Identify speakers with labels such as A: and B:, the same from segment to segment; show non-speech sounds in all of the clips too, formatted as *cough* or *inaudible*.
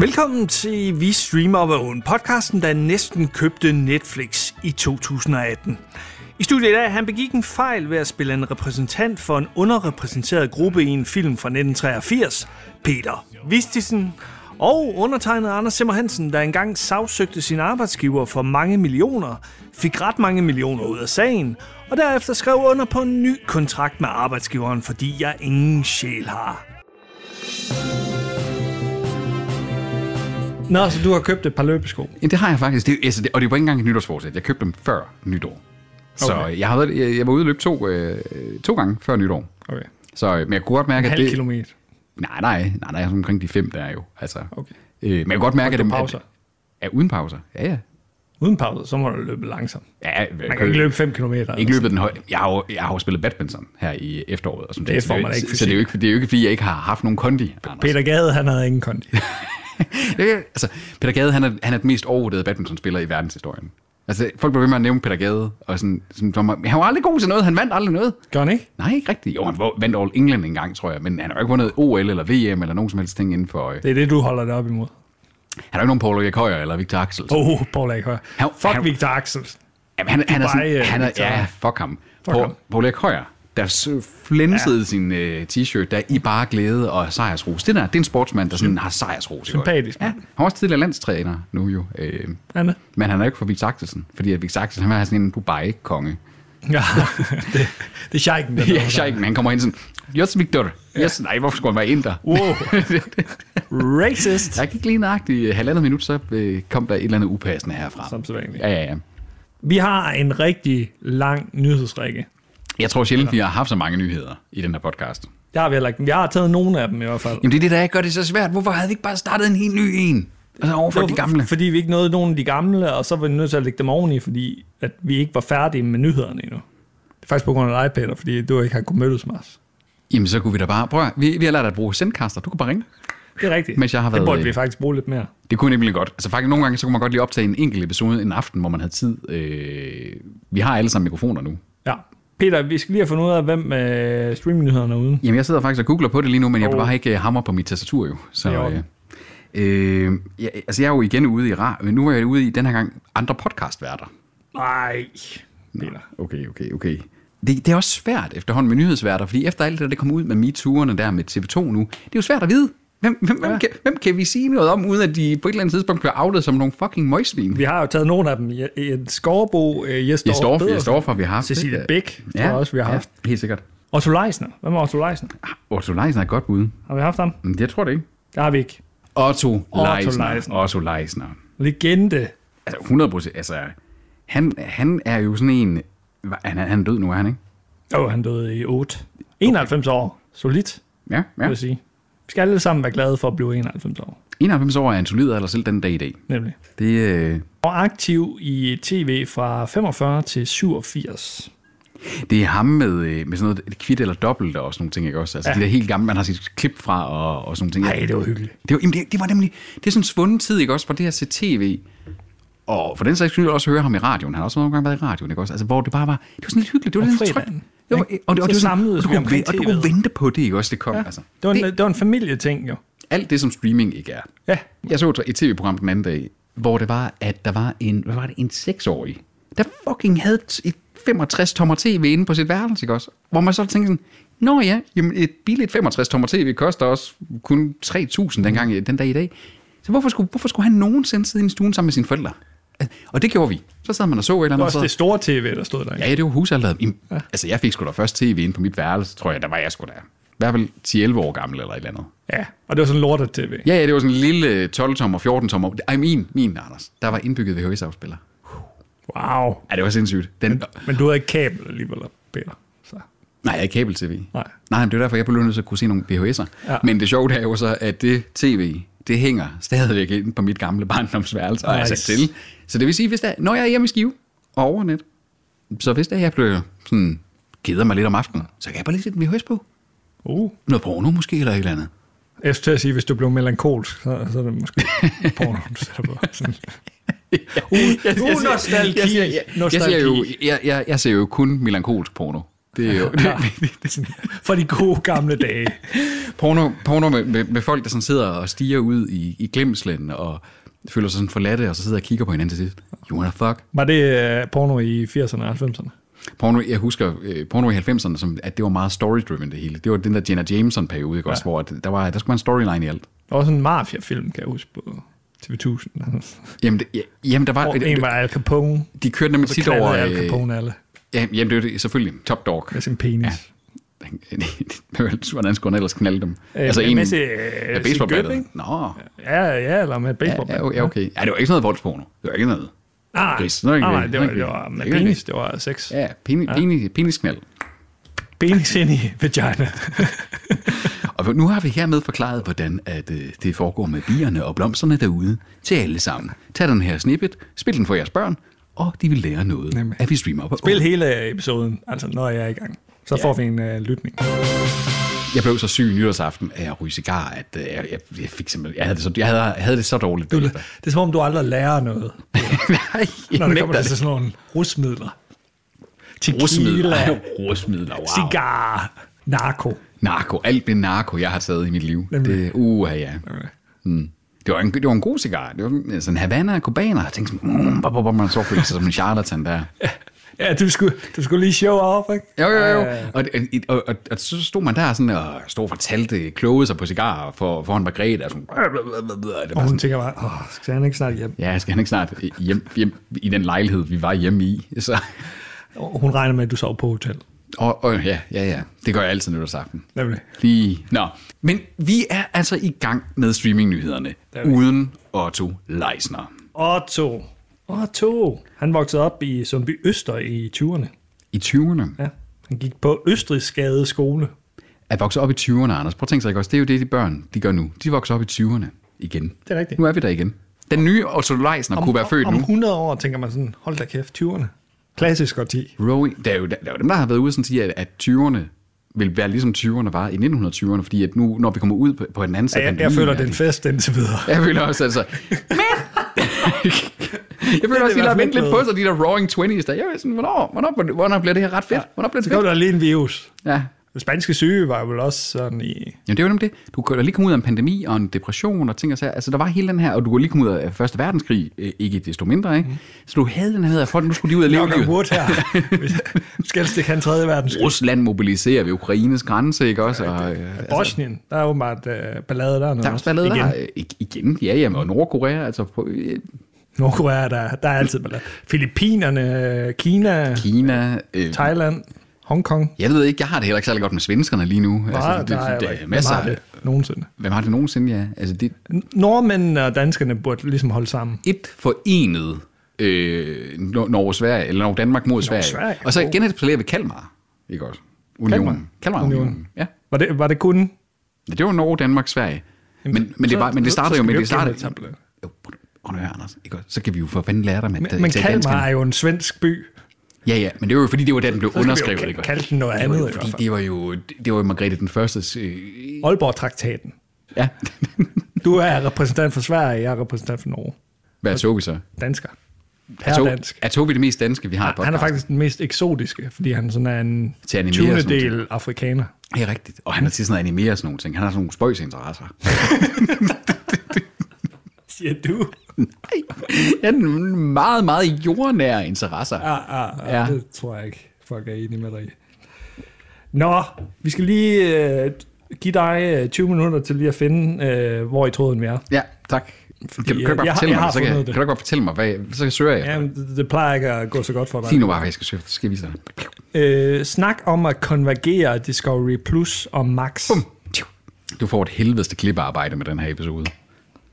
A: Velkommen til Vi Streamer Own, podcasten, der næsten købte Netflix i 2018. I studiet i dag, han begik en fejl ved at spille en repræsentant for en underrepræsenteret gruppe i en film fra 1983, Peter Vistisen, og undertegnet Anders Simmer Hansen, der engang sagsøgte sin arbejdsgiver for mange millioner, fik ret mange millioner ud af sagen, og derefter skrev under på en ny kontrakt med arbejdsgiveren, fordi jeg ingen sjæl har. Nå, så du har købt et par løbesko.
B: Ja, det har jeg faktisk. Det, altså, det, og det var ikke engang et nytårsforsæt. Jeg købte dem før nytår. Så
A: Okay.
B: jeg, har været, jeg, jeg var ude og løbe to, øh, to gange før nytår.
A: Okay.
B: Så, øh, men jeg kunne godt mærke,
A: En
B: at
A: halv
B: det...
A: kilometer.
B: Nej, nej, nej, nej, sådan omkring de fem der er jo. Altså,
A: Okay.
B: øh, men jeg kunne godt mærke, at...
A: Uden
B: dem-
A: pauser.
B: At, ja, uden pauser. Ja, ja.
A: Uden pause, så må du løbe langsomt.
B: ja
A: Man kan ikke løbe 5 km.
B: ikke løbet den høj. Jeg har, jo, jeg har jo spillet badminton her i efteråret. Og sådan ting,
A: Det
B: så
A: får
B: jo-
A: man da ikke
B: Så det er, jo ikke, det er jo ikke, fordi jeg ikke har haft nogen kondi, Anders.
A: Altså, Peter Gade, han havde ingen kondi.
B: Ja, ja, altså, Peter Gade, han er, han er den mest overvurderede badmintonspiller i verdenshistorien. Altså, folk bliver ved med at nævne Peter Gade, og sådan, sådan som, han var aldrig god til noget, han vandt aldrig noget.
A: Gør han ikke?
B: Nej, ikke rigtigt. Jo, han var- vandt All England engang, tror jeg, men han har jo ikke vundet OL eller VM eller nogen som helst ting inden for... Øh,
A: Det er det, du holder dig op imod.
B: han har jo ikke nogen Paul Erik Højer eller Victor Axel.
A: Åh, oh, Paul Akker.
B: Han-
A: Fuck
B: han-
A: Victor Axel.
B: Jamen, han, han er
A: Dubai, øh,
B: sådan, han er,
A: Victor.
B: ja, fuck ham.
A: Fuck ham.
B: Paul, Paul Erik Højer, der s- flænsede ja. sin øh, t-shirt, der i bare glæde og sejrsros. Det der, det er en sportsmand, der sådan har sejrsros. ikke?
A: Sympatisk
B: Ja,
A: mand.
B: han var også tidligere landstræner nu jo. Øh,
A: Anna?
B: Men han er jo ikke fra Victor Axelsen, fordi at Victor Axelsen, han er sådan en Dubai-konge.
A: Ja, det, det er Scheiken, der
B: *laughs* Ja, Scheiken, han kommer ind sådan, Yes, Victor. Yes, nej, hvorfor skulle han være inder? *laughs*
A: Wow. Racist.
B: Der gik lige nøjagtigt øh, halvandet minut, så øh, kom der et eller andet upassende herfra.
A: Som sædvanligt.
B: Ja, ja, ja.
A: Vi har en rigtig lang nyhedsrække.
B: Jeg tror sjældent, vi har haft så mange nyheder i den her podcast.
A: Der har vi heller ikke. Jeg har taget nogle af dem i hvert fald.
B: Jamen det er det, der ikke gør det så svært. Hvorfor havde vi ikke bare startet en helt ny en? Og så overført de
A: Det var,
B: gamle.
A: Fordi vi ikke nåede nogen af de gamle, og så var vi nødt til at lægge dem oveni, fordi at vi ikke var færdige med nyhederne endnu. Det er faktisk på grund af dig, Peter, fordi du ikke har kunnet mødes med os.
B: Jamen så kunne vi da bare... Prøv at, høre, vi, vi har lært at bruge sendkaster. Du kan bare ringe.
A: Det er rigtigt.
B: Mens jeg har
A: det
B: været,
A: burde vi
B: øh,
A: faktisk bruge lidt mere.
B: Det kunne nemlig godt. Altså faktisk nogle gange, så kunne man godt lige optage en enkelt episode en aften, hvor man havde tid. Øh, vi har alle sammen mikrofoner nu.
A: Ja. Peter, vi skal lige have fundet ud af, hvem øh, streamingnyhederne er ude.
B: Jamen, jeg sidder faktisk og googler på det lige nu, men jeg vil
A: Og-
B: bare ikke øh, hamre på mit tastatur jo. Så,
A: Det er
B: øh,
A: orden.
B: øh, jeg, altså, jeg er jo igen ude i rar, men nu er jeg ude i den her gang andre podcastværter.
A: Nej, Peter.
B: Okay, okay, okay. Det, det er også svært efterhånden med nyhedsværter, fordi efter alt det, der det kom ud med MeToo'erne der med TV2 nu, det er jo svært at vide. Hvem, hvem, ja. hvem, kan, hvem kan vi sige noget om, uden at de på et eller andet tidspunkt bliver outet som nogle fucking møgsvin?
A: Vi har jo taget nogle af dem. Je- Jens Skorbo, øh, Jes
B: Jeg står,
A: Dorf
B: jeg
A: Pedersen,
B: står for, at vi har haft
A: Cecilie
B: det.
A: Bæk, ja. tror jeg også, vi har haft.
B: Ja, helt sikkert.
A: Ja. Otto Leisner. Hvad med Otto Leisner?
B: Otto Leisner er godt bud.
A: Har vi haft ham?
B: Men jeg tror det ikke.
A: Der har vi ikke.
B: Otto
A: Leisner.
B: Leisner. Otto Leisner.
A: Legende.
B: Altså 100 procent. Altså, han, han er jo sådan en... hva- Han, er- han er død nu, er han ikke?
A: Åh, oh, han døde i 8. 91 okay. år. Solidt,
B: Ja,
A: ja. vil
B: ja.
A: jeg sige. Vi skal alle sammen være glade for at blive 91 år,
B: 91 år er en solid alder selv den dag i dag.
A: nemlig.
B: Det, øh,
A: Og aktiv i tv fra 45 til 87.
B: det er ham med, øh, med sådan noget et kvitt eller dobbelt og sådan nogle ting, ikke også? Altså
A: Ja.
B: ja. de der helt gamle, man har sit klip fra og, og sådan nogle ting.
A: Nej, det var hyggeligt.
B: Det var, jamen, det, det var nemlig, det er sådan en svunden tid, ikke også, for det at se tv. Og for den sags skyld også høre ham i radioen. Han har også nogle gange været i radioen, ikke også? Altså, hvor det bare var, det var sådan lidt hyggeligt. Det var
A: Om
B: lidt trygt.
A: fredagen,
B: Det var,
A: ikke?
B: og, det, og,
A: Så
B: det var sådan,
A: samledes
B: og, du
A: vi
B: kunne,
A: omkring
B: vente- og du kunne
A: TV'et.
B: vente på det, ikke også? Det kom, ja. altså.
A: Det var, en,
B: det,
A: det, det var en familieting, jo.
B: alt det, som streaming ikke er.
A: Ja.
B: Jeg så et tv-program den anden dag, hvor det var, at der var en, hvad var det, en seksårig, der fucking havde t- et 65-tommer tv inde på sit værelse, ikke også? Hvor man så tænkte sådan, nå ja, jamen et billigt 65-tommer tv koster også kun 3.000 dengang, i- den dag i dag. Så hvorfor skulle, hvorfor skulle han nogensinde sidde inde i stuen sammen med sine forældre? Og det gjorde vi. Så sad man og så et eller
A: Det var
B: andet. og
A: også
B: så-
A: det store tv, der stod der.
B: Ja, ja, det var husalderlaget. Jamen, ja. Altså, jeg fik sgu da først tv inde på mit værelse, tror jeg, der var jeg sgu da. I hvert fald 10-11 år gammel eller et eller andet.
A: ja. Og det var sådan lortet tv.
B: Ja, ja, det var sådan en lille 12-tommer, 14-tommer. Ej, min, min, Anders. Der var indbygget VHS-afspiller.
A: Wow.
B: Ja, det var sindssygt. Den,
A: Men du havde ikke kabel alligevel, Peter. Så.
B: nej, jeg er kabel-tv.
A: Nej.
B: Nej, men det var derfor, jeg blev nødt til at kunne se nogle VHS'er.
A: Ja.
B: Ja. Men det sjove det er jo så, at det tv, det hænger stadigvæk inde på mit gamle barndomsværelse. Og
A: Nice.
B: altså til. Så det vil sige, hvis der, når jeg er hjemme i Skive og over net, så hvis der jeg bliver sådan, keder mig lidt om aftenen, så kan jeg bare lige sætte en VHS på.
A: Uh.
B: Noget porno måske, eller et eller andet.
A: Jeg skulle til at sige, hvis du blev melankolsk, så, så er det
B: *laughs*
A: måske porno, du sætter på. Sådan. Uh,
B: *laughs* Jeg- jeg-
A: uh, nostalgi.
B: Jeg, jeg, jeg, jeg, ser jo, jeg, jeg, jeg ser jo kun melankolsk porno.
A: *laughs*
B: Det er jo...
C: For de gode gamle dage.
B: *laughs* porno, porno med, med, med folk, der sådan sidder og stiger ud i, i glemslen og føler sig sådan forladte, og så sidder og kigger på hinanden til sidst. You wanna fuck?
A: Var det øh, porno i 80'erne og 90'erne?
B: Porno, jeg husker øh, porno i 90'erne, som, at det var meget story-driven det hele. Det var den der Jenna Jameson-periode, ikke også, hvor at der, var, der skulle være en storyline i alt.
A: Der var sådan en mafia-film, kan jeg huske på TV1000.
B: Jamen, det, ja, jamen der var...
A: Og en var Al Capone.
B: de kørte nemlig
A: Så
B: tit
A: knaldede
B: over...
A: Al
B: Øh,
A: Capone alle
B: ja, jamen, det var det, selvfølgelig. Top Dog. *laughs*
A: med sin penis.
B: Hvordan skulle han ellers knalde dem? Øh,
A: med masse, øh, sin
B: med
A: gøb,
B: baseballbattet.
A: ikke?
B: Nå,
A: Ja, ja, eller med
B: ja,
A: baseball.
B: ja, ja, okay. Ja, det var ikke sådan noget voldsporno. Det var ikke noget.
A: Nej,
B: Gris. Nå, ikke
A: Ah, nej, nej,
B: gris.
A: det var,
B: Nå,
A: det var
B: ikke gris.
A: med
B: Ikke gris.
A: penis, det var sex.
B: Ja, peni, peni, penisknald.
A: Penis ind i *laughs* vagina.
B: Og nu har vi hermed forklaret, hvordan at, øh, det foregår med bierne og blomsterne derude til alle sammen. Tag den her snippet, spil den for jeres børn, og de vil lære noget,
A: Nemlig.
B: at vi streamer på.
A: Spil hele episoden, altså når jeg er i gang. Så får vi en øh, lytning.
B: Jeg blev så syg nytårsaften af at ryge cigar, at øh, jeg, jeg, jeg, fik simpelthen, jeg, havde det så, jeg, havde, jeg havde det så dårligt.
A: Du,
B: *laughs* bagefter.
A: det er som om, du aldrig lærer noget,
B: Nej,
A: når
B: jeg
A: det kommer
B: nægter
A: til
B: det.
A: sådan nogle rusmidler.
B: Rusmidler,
A: Tequila,
B: *laughs* Ej, rusmidler, wow.
A: cigar, narko.
B: Narko, alt det narko, jeg har taget i mit liv.
A: Nemlig.
B: Det, uh, ja. Mm. Det var, en, det var en god cigar. Det var sådan en Havana, kubaner. Jeg tænkte sådan, mm, bop, bop, bop, man så følte sig som en charlatan der.
A: Ja, du skulle, du skulle lige show off, ikke? Øh,
B: Jo, jo, jo. Og, og, og, og, så stod man der sådan, og stod og fortalte, klogede sig på cigarer for, foran Margrethe. Og sådan, det
A: Og
B: var
A: hun
B: sådan,
A: tænker bare, åh, skal han ikke snart hjem?
B: ja, skal han ikke snart hjem, hjem i den lejlighed, vi var hjemme i? Så,
A: Og Hun regner med, at du sov på hotel.
B: og, og ja, ja, ja. Det gør jeg altid nytårsaften.
A: Nemlig.
B: Lige. Nå. Men vi er altså i gang med streamingnyhederne, uden Otto Leisner.
A: Otto. Otto. Han voksede op i Sundby Øster i 20'erne.
B: I 20'erne.
A: Ja. Han gik på Østrigsgade skole.
B: At vokse op i 20'erne, Anders. Prøv at tænke sig ikke også. Det er jo det, de børn de gør nu. De vokser op i 20'erne igen.
A: Det er rigtigt.
B: Nu er vi der igen. Den nye Otto Leisner kunne være født
A: om,
B: nu.
A: om 100 år tænker man sådan, hold da kæft, 20'erne. Klassisk årti.
B: Rowie, der er jo der er jo dem, der har været ude og sådan sige, at, at 20'erne vil være ligesom 20'erne var i 1920'erne, fordi at nu, når vi kommer ud på, på den anden side af
A: Jeg, jeg
B: pandemien,
A: føler,
B: er
A: den
B: det-
A: fest indtil videre.
B: Jeg føler
A: *laughs*
B: også, altså... Men! jeg
A: i
B: føler også, at de
A: hvert
B: har
A: fald
B: ventet lidt
A: noget.
B: på sig, de der roaring 20's der. Jeg er sådan, hvornår, hvornår, hvornår bliver det her ret fedt? Hvornår bliver det
A: Så kom
B: fedt?
A: der lige en virus.
B: Ja,
A: Den spanske syge var vel også sådan i...
B: Jamen, det er jo nemlig det. Du kunne da lige komme ud af en pandemi og en depression og ting og sager. Altså, der var hele den her, og du kunne lige komme ud af Første Verdenskrig, øh, ikke desto mindre, ikke? Mm.
A: Mhm.
B: Så du havde den her med, at folk, nu skulle de ud og leve
A: Knock on
B: livet.
A: wood
B: *laughs*
A: her. Vi skal helst ikke have en tredje verdenskrig.
B: Rusland mobiliserer ved Ukraines grænse, ikke også? Og, øh,
A: Bosnien, der er åbenbart øh, ballade der.
B: der er også ballade der. Øh, ig- Igen, ja, jamen, og Nordkorea, altså på, øh,
A: Nordkorea, der, der er altid ballade. Filippinerne, øh, Kina,
B: Kina. Øh,
A: Thailand, Hongkong.
B: jeg ved ikke, jeg har det heller ikke særlig godt med svenskerne lige nu.
A: Der, altså,
B: det,
A: der er,
B: der er
A: masser
B: masser
A: af det nogensinde.
B: Hvem har det nogensinde, ja? Altså, det,
A: N- Nordmændene og danskerne burde ligesom holde sammen.
B: et forenet øh, Nor- Norge-Sverige, eller Norge-Danmark mod Sverige.
A: Sverige,
B: Og så
A: jo.
B: genetablerer vi Kalmar, ikke også? Unionen. Kalmar. Unionen. Ja.
A: Var det, var det kun...
B: ja. Det var Norge, Danmark, Sverige. Men, men, det, var, men det
A: så-
B: startede
A: så skal
B: jo med,
A: vi
B: det
A: jo ikke
B: startede...
A: genetablere.
B: Jo, prøv nu at høre, Anders. Ikke også? Så kan vi jo for fanden lære dig med
A: Men, men Kalmar er jo en svensk by.
B: Ja, ja, men det var jo fordi, det var da den blev
A: vi jo
B: underskrevet.
A: kal-
B: ikke også?
A: kalde den noget
B: Det var jo
A: andet, i
B: Fordi
A: hvert fald.
B: det var jo, det var jo Margrethe den Første. Øh,
A: Aalborg-traktaten.
B: ja, *laughs*
A: Du er repræsentant for Sverige, jeg er repræsentant for Norge.
B: hvad tog vi så?
A: Dansker. Per
B: Er tog,
A: dansk.
B: er tog vi det mest danske, vi har i podcast?
A: Han er faktisk den mest eksotiske, fordi han sådan er en
B: Til at animere sådan nogle
A: del afrikaner.
B: Det er rigtigt. Og han er til sådan noget animere og sådan nogle ting. Han har sådan nogle spøjs interesser.
A: Siger du?
B: Nej, *laughs* jeg er en meget, meget jordnære interesser.
A: Ah, ah, ah,
B: Ja.
A: ja. Det tror jeg ikke, folk er enige med dig i. Nå, vi skal lige øh, give dig øh, 20 minutter til lige at finde, øh, hvor i tråden vi er.
B: Ja, tak. Kan, kan du ikke
A: øh,
B: bare
A: jeg har-
B: fortælle
A: jeg
B: mig,
A: har
B: så kan,
A: fundet
B: kan
A: det.
B: du ikke bare fortælle mig, hvad, så søger jeg. Ja.
A: Jamen, det, det plejer ikke at gå så godt for dig.
B: Sig nu bare, hvad jeg skal søge, så skal jeg vise dig.
A: Øh, snak om at konvergere Discovery Plus og Max. Bum.
B: Du får et helvedeste klippearbejde med den her episode.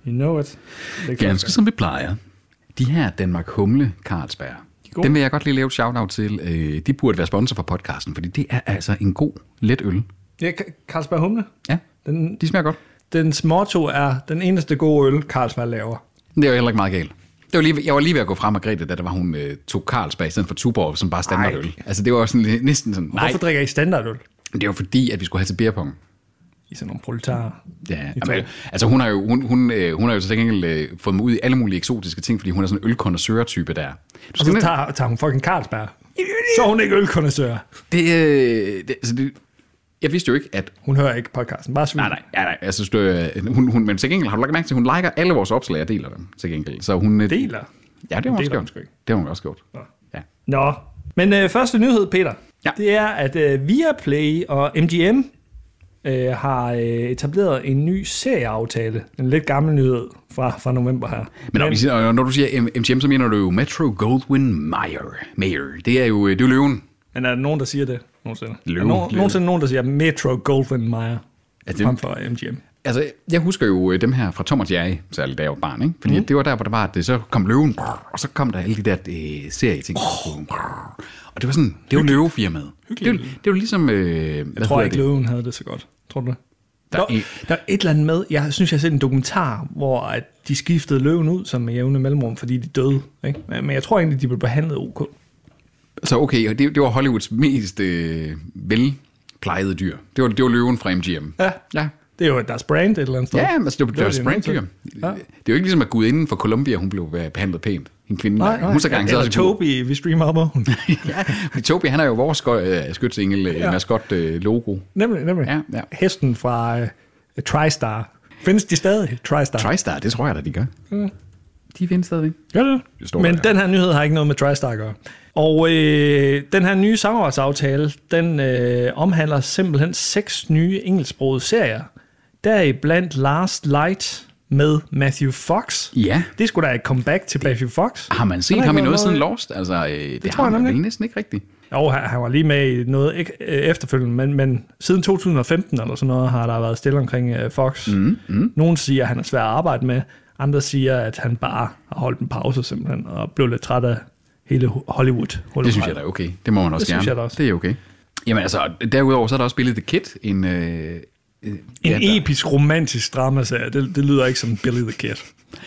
A: You know it. Det kan
B: Ganske som vi plejer. De her Danmark Humle Carlsberg,
A: gode.
B: dem vil jeg godt lige lave et shout-out til. Øh, De burde være sponsor for podcasten, fordi det er altså en god, let øl.
A: Ja, Ka- Carlsberg Humle.
B: Ja,
A: Den,
B: de smager godt.
A: dens motto er, den eneste gode øl, Carlsberg laver.
B: Det er jo heller ikke meget galt. Det var lige, jeg var lige ved at gå frem og Grete, da der var, hun øh, tog Carlsberg i stedet for Tuborg, som bare standardøl. Altså det var sådan, lidt- næsten sådan, nej,
A: Hvorfor drikker I standardøl?
B: Det var fordi, at vi skulle have til beerpong.
A: I sådan nogle proletarer.
B: Ja,
A: tror
B: jamen, altså hun har jo, hun, hun, øh, hun har jo så til gengæld øh, fået mig ud i alle mulige eksotiske ting, fordi hun er sådan en ølkondensør-type der. Du
A: Og så
B: skal,
A: tager, tager hun fucking Carlsberg. Så er hun ikke ølkondensør.
B: Det, øh, det, altså det, jeg vidste jo ikke, at...
A: Hun hører ikke podcasten. Bare svin.
B: Nej, nej, nej, nej jeg synes, det, øh, hun, hun, men til gengæld har du lagt mærke til, at hun liker alle vores opslag og deler dem til gengæld. Så hun, øh,
A: Deler.
B: Ja, det har hun også
A: Deler hun
B: gjort.
A: sgu ikke.
B: Det har hun også gjort. Ja.
A: Nå, men øh, første nyhed, Peter,
B: Ja.
A: det er, at øh, Viaplay og MGM øh, har øh, etableret en ny serieaftale. En lidt gammel nyhed fra, fra november her.
B: Men, men når, når du siger M- MGM, så mener du jo Metro Goldwyn Mayer. Mayer. Det er jo, øh, det er jo løven.
A: men er der nogen, der siger det nogensinde?
B: Løven.
A: Er der no-
B: Løven.
A: nogensinde nogen, der siger Metro Goldwyn Mayer
B: Er det-
A: frem for MGM?
B: Altså, jeg husker jo øh, dem her fra Tom og Jerry, særligt da jeg var barn, ikke? Fordi mm. det var der, hvor der var, at det, så kom løven, og så kom der alle de der øh, serieting. Og det var sådan, det var løvefirmaet. Det var, det var ligesom, øh, hvad
A: Jeg tror
B: hedder
A: ikke,
B: det?
A: Løven havde det så godt. Tror du det?
B: Der
A: Der,
B: er
A: der,
B: en-
A: der er et eller andet med, jeg synes, jeg har set en dokumentar, hvor at de skiftede løven ud som med jævne mellemrum, fordi de døde. Ikke? Men men jeg tror egentlig, de blev behandlet ok.
B: Så okay, og det, det var Hollywoods mest øh, velplejede dyr. Det var, det var løven fra MGM.
A: Ja.
B: Ja.
A: Det er jo deres brand et eller andet sted.
B: Ja, men altså, det var, det var
A: de nødt
B: sprintdyr.
A: til.
B: Det er jo ikke ligesom, at gudinden fra Columbia, hun blev øh, behandlet pænt. En kvinde,
A: Nej, nej.
B: hun så garanteret
A: Eller
B: også god.
A: Toby, vi streamer op af hun.
B: *laughs* ja, fordi Toby, han er jo vores skø- øh, skytsengel, øh, maskot øh, logo.
A: nemlig, nemlig.
B: Ja, ja.
A: Hesten fra uh, TriStar. Findes de stadig? TriStar.
B: TriStar, det tror jeg da, de gør. De findes stadigvæk.
A: Gør det?
B: Det står
A: det Men
B: der, ja.
A: den her nyhed har ikke noget med TriStar at gøre. Og øh, den her nye samarbejdsaftale, den øh, omhandler simpelthen seks nye engelsksprogede serier. Deriblandt Last Light med Matthew Fox.
B: Ja.
A: Det skulle da et comeback til Matthew Fox.
B: Har man set
A: Han har
B: ham i
A: ikke
B: noget
A: været
B: siden
A: med-
B: Lost? Altså, øh, det, det
A: tror
B: har
A: jeg
B: man
A: nemlig
B: vel næsten ikke rigtigt.
A: Jo, han han var lige med i noget ikke, øh, efterfølgende, men, men siden 2015 eller sådan noget, har der været stille omkring øh, Fox. Mm, mm. Nogen siger, at han er svær at arbejde med, andre siger, at han bare har holdt en pause simpelthen, og blev lidt træt af hele Ho- hollywood
B: Det synes jeg da er okay. Det må man også
A: Det
B: gerne.
A: synes jeg da også.
B: Det er okay. Jamen altså, derudover så er der også spillet The Kid, en... Øh, øh, ja,
A: En
B: der-
A: episk romantisk dramaserie, det, det lyder ikke som Billy the Kid,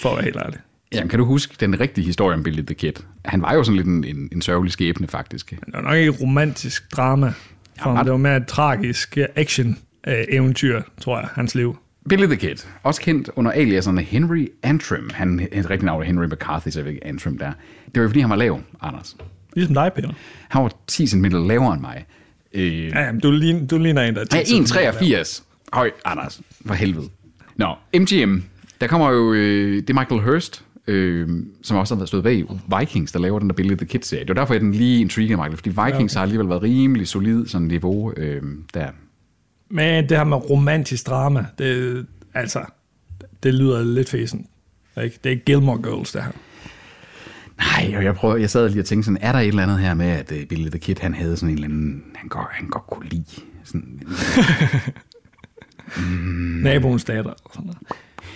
A: for at være helt ærlig.
B: Jamen, kan du huske den rigtige historie om Billy the Kid? Han var jo sådan lidt en, en, en sørgelig skæbne, faktisk.
A: Men det var nok ikke et romantisk drama, for
B: Jamen,
A: ham. det var mere et tragisk øh, action-eventyr, tror jeg, hans liv.
B: Billy the Kid, også kendt under aliaserne Henry Antrim. Han er rigtig navn er Henry McCarthy, så jeg ved ikke, Antrim der. Det var jo, fordi han var lav, Anders.
A: Ligesom dig, Peter.
B: Han var 10 cm lavere end mig. Øh,
A: Ja, jamen, du, ligner, du ligner en, der
B: Ja,
A: tit sidder med det der.
B: 1,83. Høj, Anders. For helvede. Nå, MGM. Der kommer jo, øh, det er Michael Hurst, øh, som også har været stået bag Vikings, der laver den der Billy the Kid-serie. Det var derfor, jeg den lige intriguede Michael, fordi Vikings ja, okay. har alligevel været rimelig solid sådan niveau øh, der.
A: Men det her med romantisk drama, det, altså, det lyder lidt fæsen. Ikke? Det er ikke Gilmore Girls, det her.
B: Nej, og jeg, prøver, jeg sad lige og tænkte sådan, er der et eller andet her med, at øh, Billy the Kid, han havde sådan en eller anden, han godt, han godt kunne lide. Sådan,
A: Mm. Naboens datter. og Sådan noget.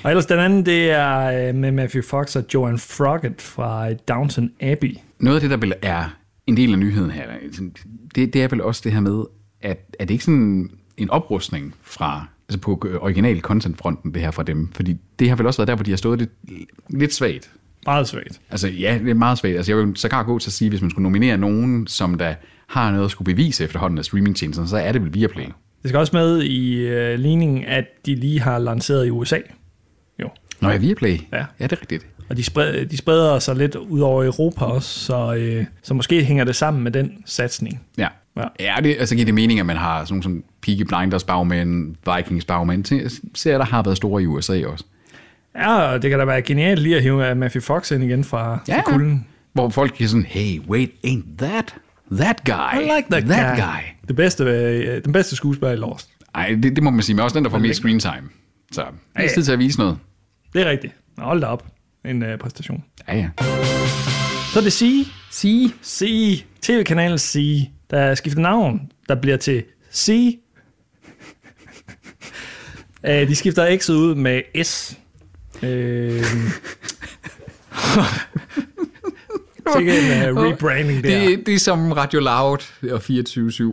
A: og ellers den anden, det er øh, med Matthew Fox og Joan Froggatt fra øh, Downton Abbey.
B: Noget af det, der vel er en del af nyheden her, det, det er vel også det her med, at er det ikke sådan en oprustning fra, altså på original contentfronten, det her fra dem? Fordi det har vel også været der, hvor de har stået lidt, lidt svagt.
A: Meget svagt.
B: Altså ja, det er meget svagt. Altså jeg vil sågar gå til at sige, hvis man skulle nominere nogen, som der har noget at skulle bevise efterhånden af streamingtjenesterne, så er det vel Viaplay.
A: Det skal også med i øh, ligningen, at de lige har lanceret i USA. Jo.
B: Nå ja, Viaplay.
A: Ja.
B: ja det er rigtigt.
A: Og de, spred, de spreder sig lidt ud over Europa også, så, øh, så måske hænger det sammen med den satsning.
B: Ja.
A: Ja.
B: ja det, altså giver det mening, at man har sådan nogle som Peaky Blinders bagmænd, Vikings bagmænd, ting- serier, der har været store i USA også.
A: Ja, og det kan da være genialt lige at hive øh, Matthew Fox ind igen fra, ja. fra kulden.
B: Hvor folk kan sådan, hey, wait, ain't that that guy?
A: I like that,
B: that
A: guy.
B: guy.
A: Det bedste, øh, den bedste skuespiller i Lost.
B: Ej, det, det må man sige, men også den, der får mest screen time. Så det er tid til at vise noget.
A: Det er rigtigt. Nå, Hold da op. En øh, præstation.
B: Ja, ja.
A: Så er det C.
B: Sige.
A: C. TV-kanalen C. Der er skiftet navn. Der bliver til C. *laughs* Øh, De skifter X'et ud med S.
B: *laughs*
A: Øh... *laughs* Sikke en uh, rebranding der.
B: Det, det er som Radio Loud og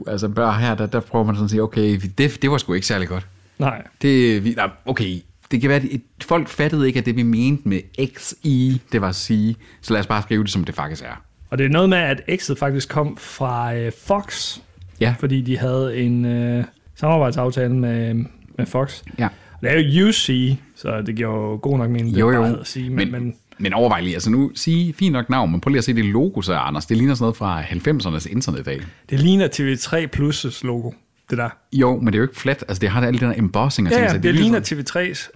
B: 24-7. Altså bare her, der, der prøver man sådan at sige, okay, vi- det, det var sgu ikke særlig godt.
A: Nej.
B: Det, vi, nej, okay, det kan være, at folk fattede ikke, at det vi mente med XI, det var sige. Så lad os bare skrive det, som det faktisk er.
A: Og det er noget med, at X'et faktisk kom fra øh, Fox,
B: Ja.
A: fordi de havde en øh, samarbejdsaftale med, med Fox.
B: Ja.
A: Og det er jo UC, så det giver jo god nok mening, det
B: Jo,
A: bare
B: jo.
A: hedder C, men,
B: Men-
A: men, men
B: Men overvej lige, altså nu sige fint nok navn, men prøv lige at se det logo så, Anders. Det ligner sådan noget fra 90'ernes internetdag.
A: Det ligner TV3 Plus' logo, det der.
B: Jo, men det er jo ikke flat. Altså det har da alle de der embossing og
A: Ja,
B: ting.
A: ja,
B: så
A: det, ligner
B: sådan-
A: TV3's.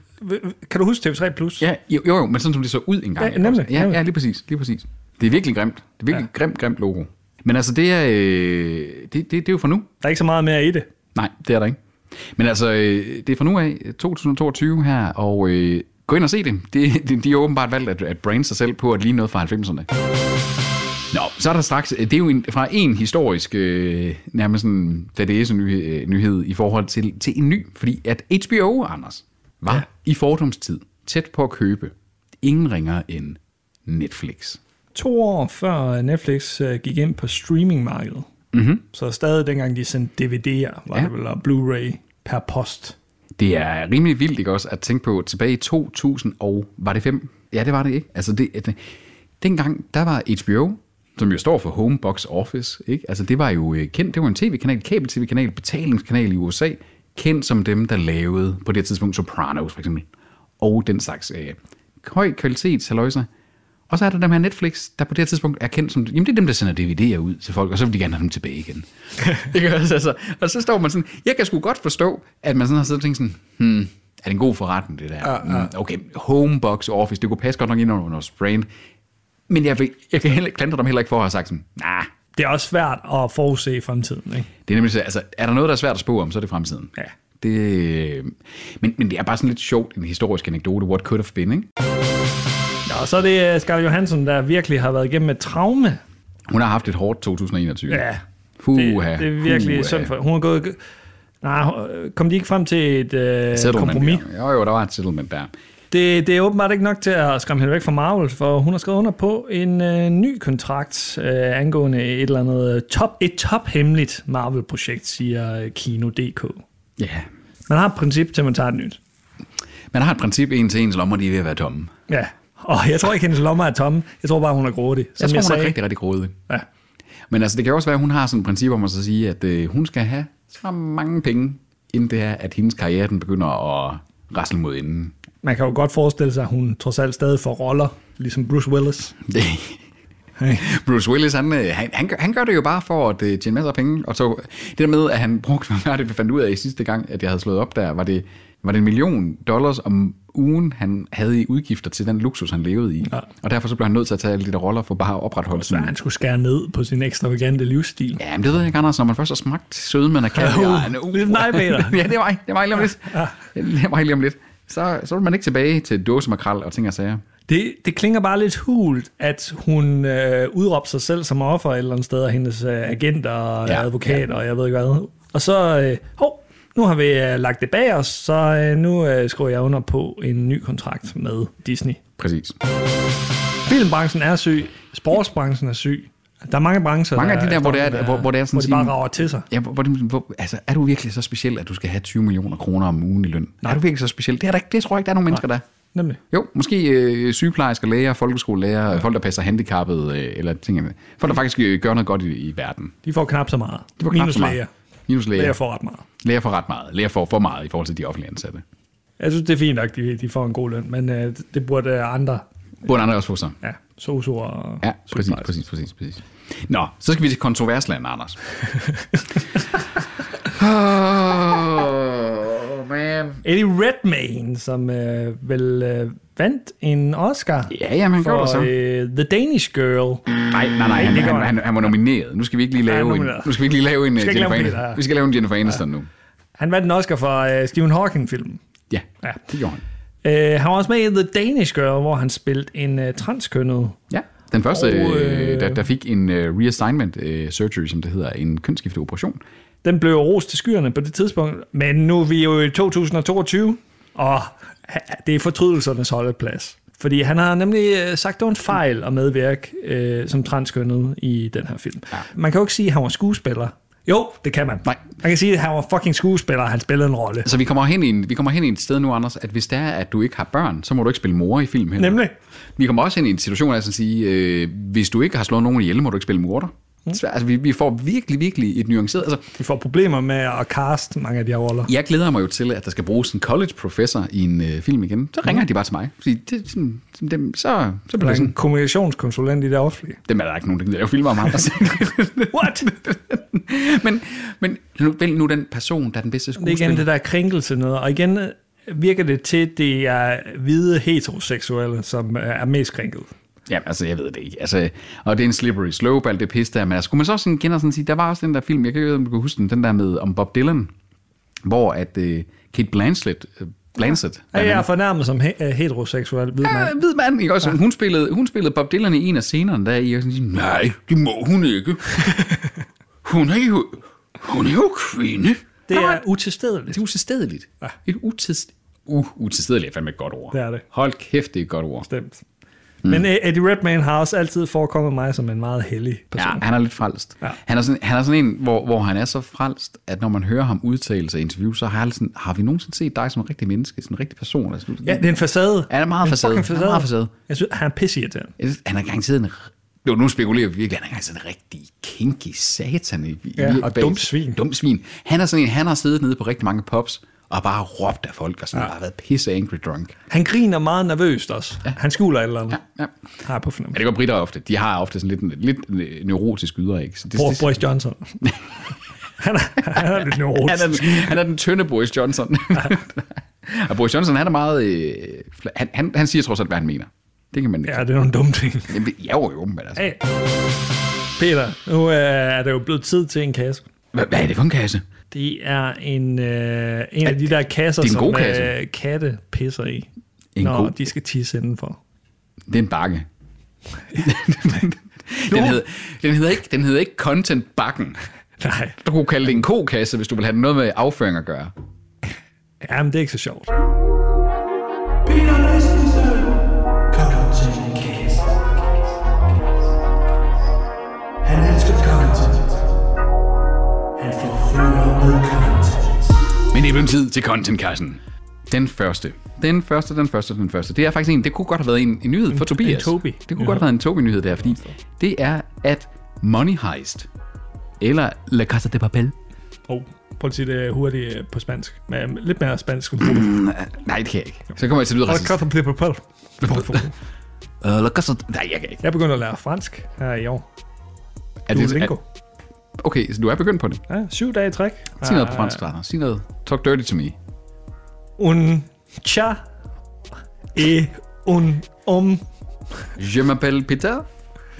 A: Kan du huske TV3 Plus?
B: Ja, jo, jo, jo, men sådan som det så ud engang.
A: Ja,
B: ikke også?
A: nemlig,
B: Ja,
A: nemlig.
B: ja, lige præcis, lige præcis. Det er virkelig grimt. Det er virkelig ja. grimt, grimt logo. Men altså, det er, øh, det, det, det er jo for nu.
A: Der er ikke så meget mere i det.
B: Nej, det er der ikke. Men altså, øh, det er fra nu af øh, 2022 her, og øh, gå ind og se det. det, det de har åbenbart valgt at, at brande sig selv på at ligne noget fra 90'erne. Nå, så er der straks, øh, det er jo en, fra en historisk, øh, nærmest sådan, da det er sådan en ny, øh, nyhed i forhold til, til en ny, fordi at HBO, Anders, var ja. i fordomstid tæt på at købe ingen ringer end Netflix.
A: To år før Netflix øh, gik ind på streamingmarkedet.
B: Mhm.
A: Så stadig dengang de sendte DVD'er, var
B: Ja.
A: ja. det vel, og Blu-ray per post.
B: Det er rimelig vildt, ikke også, at tænke på tilbage i 2000 og... Var det 5? Ja, det var det, ikke? Altså, det, at, dengang, der var HBO, som jo står for Home Box Office, ikke? Altså, det var jo øh, kendt, det var en tv-kanal, kabel-tv-kanal, betalingskanal i USA, kendt som dem, der lavede på det her tidspunkt Sopranos, for eksempel, og den slags øh, høj kvalitet, saløjser. Og så er der dem her Netflix, der på det her tidspunkt er kendt som... Jamen, det er dem, der sender DVD'er ud til folk, og så vil de gerne have dem tilbage
A: *laughs*
B: igen. ikke? også? Altså, og så står man sådan... Jeg kan sgu godt forstå, at man sådan har siddet og tænkt sådan... Hmm, er det en god forretning, det der? Uh, uh. Mm, okay, Homebox Office, det kunne passe godt nok ind under vores brand. Men jeg, vil, jeg kan heller, ikke- klandre dem heller ikke for at have sagt sådan... Nah,
A: Det er også svært at forudse i fremtiden, ikke?
B: det er nemlig så- altså, er der noget, der er svært at spå om, så er det fremtiden.
A: Ja.
B: Det, men, men det er bare sådan lidt sjovt, en historisk anekdote, what could have been, ikke?
A: Og så er det øh, Scarlett Johansson, der virkelig har været igennem et traume.
B: Hun har haft et hårdt 2021.
A: Ja,
B: Puha,
A: det, det er virkelig
B: puha.
A: synd for. Hun er gået... Nej, øh, kom de ikke frem til et øh,
B: Settlement
A: kompromis?
B: Der. Jo, jo, der var et settlement der.
A: Det, det er åbenbart ikke nok til at skræmme hende væk fra Marvel, for hun har skrevet under på en øh, ny kontrakt øh, angående et eller andet øh, top, et tophemmeligt Marvel-projekt, siger øh, Kino.dk.
B: Ja. Yeah.
A: Man har et princip til, at man tager et nyt.
B: Man har et princip, en til ens lommer, de er ved at være tomme.
A: Ja, og jeg tror ikke, hendes lommer er tomme. Jeg tror bare, hun er grådig. Som
B: jeg tror, hun er
A: sagde.
B: rigtig, rigtig grådig.
A: Ja.
B: Men altså, det kan jo også være, at hun har sådan et princip om at så sige, at øh, hun skal have så mange penge, inden det er, at hendes karriere den begynder at rasle mod enden.
A: Man kan jo godt forestille sig, at hun trods alt stadig får roller, ligesom Bruce Willis.
B: Det-
A: *laughs* Hey.
B: Bruce Willis, han, øh, han, han, gør, han gør det jo bare for at øh, tjene masser af penge. Og så det der med, at han brugte, *laughs* hvad var det, vi fandt ud af i sidste gang, at jeg havde slået op der, var det, var det en million dollars om ugen, han havde i udgifter til den luksus, han levede i. Ja. Og derfor så blev han nødt til at tage alle de der roller for bare at opretholde
A: Så
B: sådan.
A: han skulle skære ned på sin ekstravagante livsstil.
B: Ja, men det ved jeg ikke, Anders, når man først har smagt sødmen og kaviaren.
A: Uh, det er mig, Peter.
B: *laughs* ja, det er mig, det er mig lige om lidt. Det er mig lige om lidt. Så, så vil man ikke tilbage til dåsemakrel og ting og sager.
A: Det, det klinger bare lidt hult, at hun øh, udråbte sig selv som offer et eller andet sted, og hendes øh, agenter og
B: Ja,
A: ja, advokater, og jeg ved ikke hvad. Og så, øh, hov, nu har vi øh, lagt det bag os, så øh, nu øh, skriver jeg under på en ny kontrakt med Disney.
B: Præcis.
A: Filmbranchen er syg, sportsbranchen er syg. Der er mange brancher,
B: Mange af de der, hvor det er-
A: efterhånden
B: hvor- hvor det er sådan
A: hvor de bare
B: sige-
A: rager til sig.
B: Ja, hvor, hvor, hvor, altså, er du virkelig så speciel, at du skal have 20 millioner kroner om ugen i løn? Nej. Er du virkelig så speciel? Det, er der, ikke- det tror jeg ikke, der er nogen mennesker, der er.
A: Nemlig.
B: Jo, måske øh, sygeplejersker, læger, folkeskolelærer, folk, der passer handicappede, øh, eller ting. Folk, der faktisk øh, gør noget godt i, i verden.
A: De får knap så meget.
B: Det var knap
A: Minus
B: så meget.
A: læger.
B: Minus læger.
A: Læger
B: Læger for.
A: får ret meget.
B: læger for ret meget. Læger for for meget i forhold til de offentlige ansatte.
A: Jeg synes, det er fint nok, de, de får en god løn, men øh, det burde øh, andre,
B: Burde andre også få sig.
A: ja, sosuer og
B: Ja, præcis, præcis, præcis, præcis. Nå, så skal vi til kontroversland,
A: *laughs*
B: Anders. oh, man.
A: Eddie Redmayne, som øh, vel øh, vandt en Oscar
B: Ja, ja, man gjorde det
A: for
B: så.
A: øh, The Danish Girl.
B: Nej, nej, nej, han,
A: det gør
B: han,
A: det.
B: han, han var nomineret. Nu skal vi ikke lige lave en,
A: nomineret.
B: nu skal vi ikke lige lave en uh,
A: skal ikke
B: Jennifer
A: lave en
B: Aniston.
A: Peter.
B: Vi skal lave en Jennifer Aniston nu.
A: Han vandt en Oscar for øh, Stephen Hawking-filmen.
B: Ja,
A: Ja.
B: det gjorde han.
A: Øh, han var også med i The Danish Girl, hvor han spillede en øh, transkønnet.
B: Ja, den første,
A: Og,
B: øh,
A: øh,
B: der, der fik en uh, reassignment uh, surgery, som det hedder, en kønsskifteoperation.
A: Den blev ros til skyerne på det tidspunkt, men nu er vi jo i 2022, og ha- det er fortrydelsernes holdeplads. Fordi han har nemlig øh, sagt, at det var en fejl at medvirke øh, som transkønnet i den her film. Ja. Man kan jo ikke sige, at han var skuespiller. Jo, det kan man.
B: Nej.
A: Man kan sige, at han var fucking skuespiller, og han spillede en rolle.
B: Så vi kommer, hen i en, vi kommer hen i et sted nu, Anders, at hvis det er, at du ikke har børn, så må du ikke spille mor i film heller.
A: Nemlig.
B: Vi kommer også ind i en situation, altså at sige, øh, hvis du ikke har slået nogen ihjel, må du ikke spille morder.
A: Mm.
B: Desværre, altså, vi, vi får virkelig, virkelig et nuanceret... Altså,
A: Vi får problemer med at cast mange af de her roller.
B: jeg glæder mig jo til, at der skal bruges en college-professor i en øh, film igen. Så
A: Mm.
B: ringer de bare til mig. Fordi det, er sådan, sådan, dem, så, så bliver
A: Eller
B: det
A: en
B: sådan,
A: kommunikationskonsulent i det
B: *laughs*
A: offentlige.
B: dem er der ikke nogen, der gider lave filmer om
A: *laughs*
B: ham. Altså,
A: What?
B: men, men nu- vælg nu den person, der er den bedste
A: Det er igen
B: skuespiller.
A: det der krænkelse noget, og igen øh, virker det til, at det er hvide heteroseksuelle, som øh, er mest krænket.
B: Jamen, altså, jeg ved det ikke. Altså, og det er en slippery slope, alt det pis der. Men altså, skulle man så også sådan, igen og sådan sige, der var også den der film, jeg kan ikke vide, om du kan huske den, den der med om Bob Dylan, hvor at øh, Kate Blanchett, øh, Blanchett
A: Ja, jeg er fornærmet som he- øh, heteroseksuel hvid
B: Ja,
A: mand.
B: hvid mand, ikke også? Hun, spillede, hun spillede Bob Dylan i en af scenerne, der er i, og sådan, siger, nej, det må hun *laughs* ikke. Hun er jo, hun er jo kvinde.
A: Det
B: Nej,
A: er utilstedeligt.
B: det er utilstedeligt. Ja. Et utilst, uh, utilstedeligt er fandme et godt ord.
A: Det er det.
B: Hold kæft, det er et godt ord.
A: Bestemt. Mm. Men øh, Eddie Redmayne har også altid forekommet mig som en meget hellig person.
B: Ja, han er lidt frelst. Ja.
A: Ja.
B: Han, er sådan, han er sådan en, hvor, hvor han er så frelst, at når man hører ham udtale sig i interview, så har, jeg sådan, har vi nogensinde set dig som en rigtig menneske, sådan en rigtig person? Altså,
A: Ja, det er en facade.
B: han er meget
A: en
B: facade.
A: fucking
B: Han er meget facade.
A: Jeg synes, han er pisseirriterende.
B: Jeg synes, Han er garanteret en... Jo, nu spekulerer vi virkelig. Han er garanteret en rigtig kinky satan. I, i-
A: Ja,
B: i-
A: og
B: bag-
A: dum svin.
B: Dum svin. Han er sådan en, han har siddet nede på rigtig mange pops, og bare råbt af folk, og sådan ja. bare været pisse angry drunk.
A: Han griner meget nervøst også. Ja. Han skjuler et eller andet.
B: Ja.
A: Har jeg på
B: Men
A: fornemmelse.
B: det gør britter ofte. De har ofte sådan lidt, en- lidt neurotisk ydre, ikke? Så det,
A: Bor-
B: det,
A: Boris Johnson. han, er, han er lidt neurotisk.
B: han, er, den- han er den tynde Boris Johnson. *laughs* og Boris Johnson, han er meget... Øh, fla- han, han, han siger trods alt, hvad han mener. Det kan man ikke.
A: Ja, det er nogle dumme ting.
B: Jamen, det- Ja, jo, jo, men altså.
A: Hey. Peter, nu øh, er det jo blevet tid til en kasse.
B: Hvad, hvad er det for en kasse?
A: Det er en, øh, en af de der kasser,
B: det er en
A: som
B: god kasse.
A: Øh, katte pisser i,
B: En
A: når
B: god-
A: de skal tisse indenfor.
B: Det er en *laughs* bakke. den, hedder, den, hedder ikke, den hedder ikke Content Bakken.
A: Nej,
B: Du kunne kalde det en kokasse, hvis du vil have noget med afføring at gøre.
A: jamen, det er ikke så sjovt.
D: Peter Christensen. Kom til en kast. Han elsker content. Han får følger med content.
B: Men det er blevet tid til Contentkassen. Den første. Den første, den første, den første. Det er faktisk en, det kunne godt have været en, en nyhed for Tobias.
A: Tobi.
B: Det kunne ja. godt have været en Tobi-nyhed der, fordi det er, at Money Heist, eller La Casa de Papel,
A: Oh, prøv at sige det hurtigt øh, på spansk. Med øh, lidt mere spansk.
B: Mm,
A: Hold
B: nej, det kan jeg ikke. Så kommer jeg til at lyde racist.
A: kaffe, blip, blip, blip.
B: Øh, La Casa... Nej, jeg kan ikke.
A: Jeg begynder at lære fransk her i år.
B: Er
A: Du lingo.
B: er, okay, så du er begyndt på det.
A: Ja, syv dage i træk.
B: Sig noget på fransk, Lars. Sig noget. Talk dirty to me.
A: Un cha et un om.
B: Je m'appelle Peter.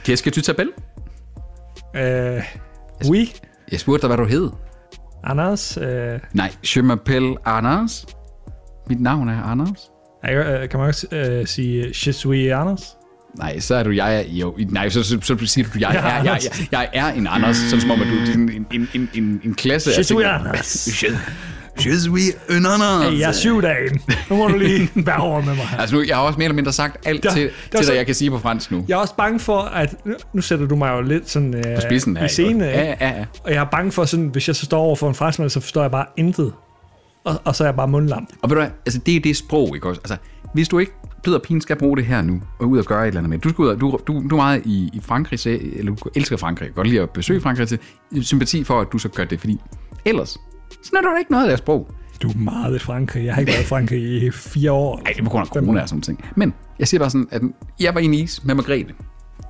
B: Qu'est-ce que tu t'appelles?
A: Øh,
B: Altså-
A: oui,
B: Jeg spurgte dig, hvad du hed.
A: Anders. Øh,
B: Nej, je m'appelle Anders. Mit navn er Anders.
A: Jeg, øh, kan man også øh, sige, je suis Anders?
B: Nej, så er du jeg er, jo, nej, så, så, så siger du, jeg,
A: Jeg er
B: er, jeg, jeg,
A: Anders.
B: jeg er en Anders, sådan som om, at du er sådan en, en, en, en, en klasse. af
A: Je suis
B: ting.
A: Anders.
B: Je, je suis un Anders.
A: Hey, jeg er syv dagen. Nu må du *laughs* lige være over med mig her.
B: Altså nu, jeg har også mere eller mindre sagt alt
A: Der-
B: til,
A: der
B: til
A: var
B: dig,
A: så-
B: jeg kan sige på fransk nu.
A: Jeg er også bange for, at... nu- Nu sætter du mig jo lidt sådan øh, på
B: Spidsen her,
A: i
B: ikke?
A: scene.
B: Ja,
A: Ja.
B: ja, ja.
A: Og jeg er bange for, sådan, hvis jeg så står over for en franskmand, så forstår jeg bare intet. Og, og så er jeg bare mundlam.
B: Og ved du hvad, altså det er det sprog, ikke også? Altså, hvis du ikke bid og pin skal bruge det her nu, og ud og gøre et eller andet med det. Du, skal ud og, du, du, du er meget i, i Frankrig, så- eller du elsker Frankrig, godt lide at besøge Frankrig, til sympati for, at du så gør det, fordi ellers, så er der ikke noget af deres sprog.
A: Du er meget i Frankrig. Jeg har ikke været i Frankrig i fire *laughs* år.
B: Ej, det er på grund af corona og sådan ting. Men jeg siger bare sådan, at jeg var i Nice med Margrethe,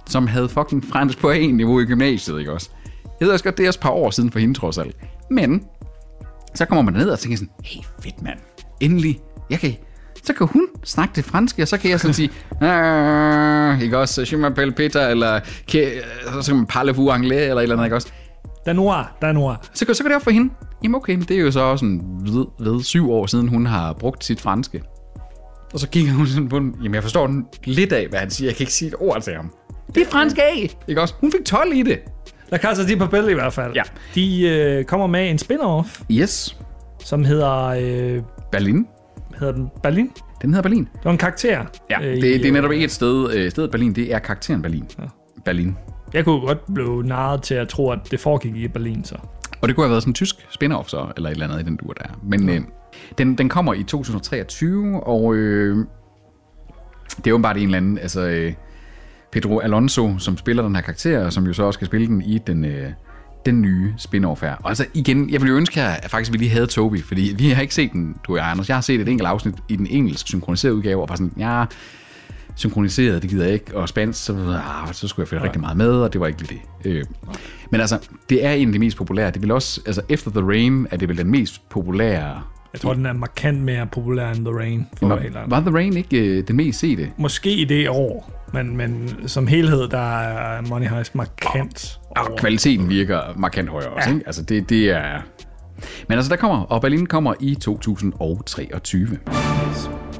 B: som havde fucking fransk på en niveau i gymnasiet, ikke også? Jeg ved også godt, det er også et par år siden for hende, trods alt. Men så kommer man ned og tænker sådan, hey, fedt mand, endelig, jeg kan, så kan hun snakke det franske, og så kan jeg sådan sige, *laughs* "Ah," ikke også, je m'appelle Peter, eller "Que- så kan man parle vous anglais, eller et eller andet, ikke også?
A: Der er noir. Der er noir.
B: Så, går- så går det op for hende, jamen okay, men det er jo så også en ved, ved syv år siden, hun har brugt sit franske. Og så kigger hun sådan på den, jamen jeg forstår den lidt af, hvad han siger, jeg kan ikke sige et ord til ham. Det er fransk A, ikke også? Hun fik 12 i det.
A: La Casa altså de Papel i hvert fald.
B: Ja.
A: De øh, kommer med en spin-off,
B: Yes,
A: som hedder... Øh,
B: Berlin.
A: hedder den Berlin?
B: Den hedder Berlin.
A: Det var en karakter.
B: Ja,
A: øh,
B: det,
A: i,
B: det er netop ikke et sted, øh, stedet Berlin, det er karakteren Berlin. Berlin.
A: Jeg kunne godt blive narret til at tro, at det foregik i Berlin, så.
B: Og det kunne have været sådan en tysk spin-off så, eller et eller andet i den dur der. er. Men øh, den, den kommer i 2023, og øh, det er åbenbart en eller anden, altså... Øh, Pedro Alonso, som spiller den her karakter, og som jo så også skal spille den i den, øh, den nye spin-off her. Og altså igen, jeg ville jo ønske, at jeg faktisk vi lige havde Toby, fordi vi har ikke set den, du og jeg, Anders. Jeg har set et enkelt afsnit i den engelsk synkroniserede udgave, og var sådan, ja, synkroniseret, det gider jeg ikke, og spansk, så, ah, så skulle jeg følge rigtig meget med, og det var ikke lige det. Øh. Men altså, det er en af de mest populære. Det vil også, altså Efter The Rain er det vel den mest populære.
A: Jeg tror, den er markant mere populær end The Rain. For at være helt
B: Var,
A: ærlig.
B: var The Rain ikke øh, den mest sete?
A: Måske i det år, men, men som helhed, der er Money Heist markant
B: Og kvaliteten virker markant højere også, ja. ikke? Altså, det, det er... Men altså, der kommer, og Berlin kommer i 2023.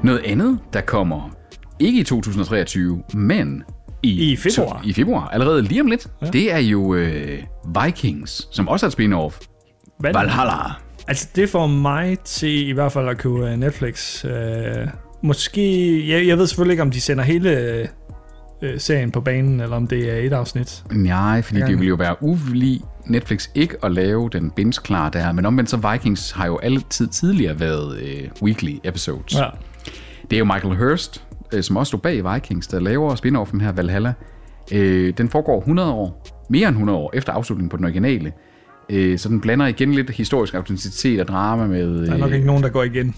B: Noget andet, der kommer ikke i 2023, men i,
A: I februar.
B: I februar, allerede lige om lidt, ja. det er jo øh, Vikings, som også er et spin-off.
A: Hvad?
B: Valhalla.
A: Altså, det får mig til i hvert fald at købe øh, Netflix. Øh, måske... Jeg, jeg ved selvfølgelig ikke, om de sender hele øh, øh, serien på banen, eller om det er et afsnit.
B: Nej, fordi det ville jo være ulig Netflix ikke at lave den binge-klar der, men omvendt så Vikings har jo altid tidligere været øh, weekly episodes.
A: Ja.
B: Det er jo Michael Hurst, øh, som også stod bag Vikings, der laver spin-offen her, Valhalla. Øh, den foregår 100 år, mere end 100 år efter afslutningen på den originale. Øh, så den blander igen lidt historisk autenticitet og drama med...
A: Der er nok
B: øh,
A: ikke nogen, der går igen.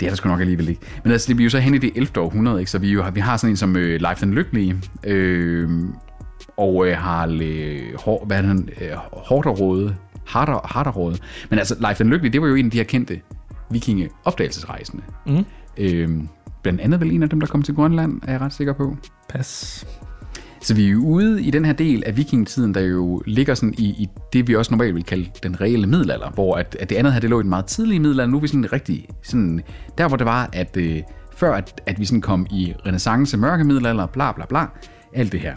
B: det er der sgu nok alligevel ikke. Men altså, det bliver jo så hen i det 11. århundrede, ikke? så vi, jo har, vi har sådan en som øh, Leif den Lykkelige, øh, og øh, Harl, øh, Hår, hvad er han, øh, Horderode, Harder, Harderode. Men altså, Leif den Lykkelige, det var jo en af de her kendte vikinge-opdagelsesrejsende. Mm. Øh, blandt andet vel en af dem, der kom til Grønland, er jeg ret sikker på.
A: Pas.
B: Så vi er jo ude i den her del af vikingetiden, der jo ligger sådan i, i det, vi også normalt vil kalde den reelle middelalder, hvor at, at det andet her, det lå i den meget tidlige middelalder, nu er vi sådan rigtig, sådan, der hvor det var, at øh, før at, at vi sådan kom i renaissance, mørke middelalder, bla bla bla, alt det her.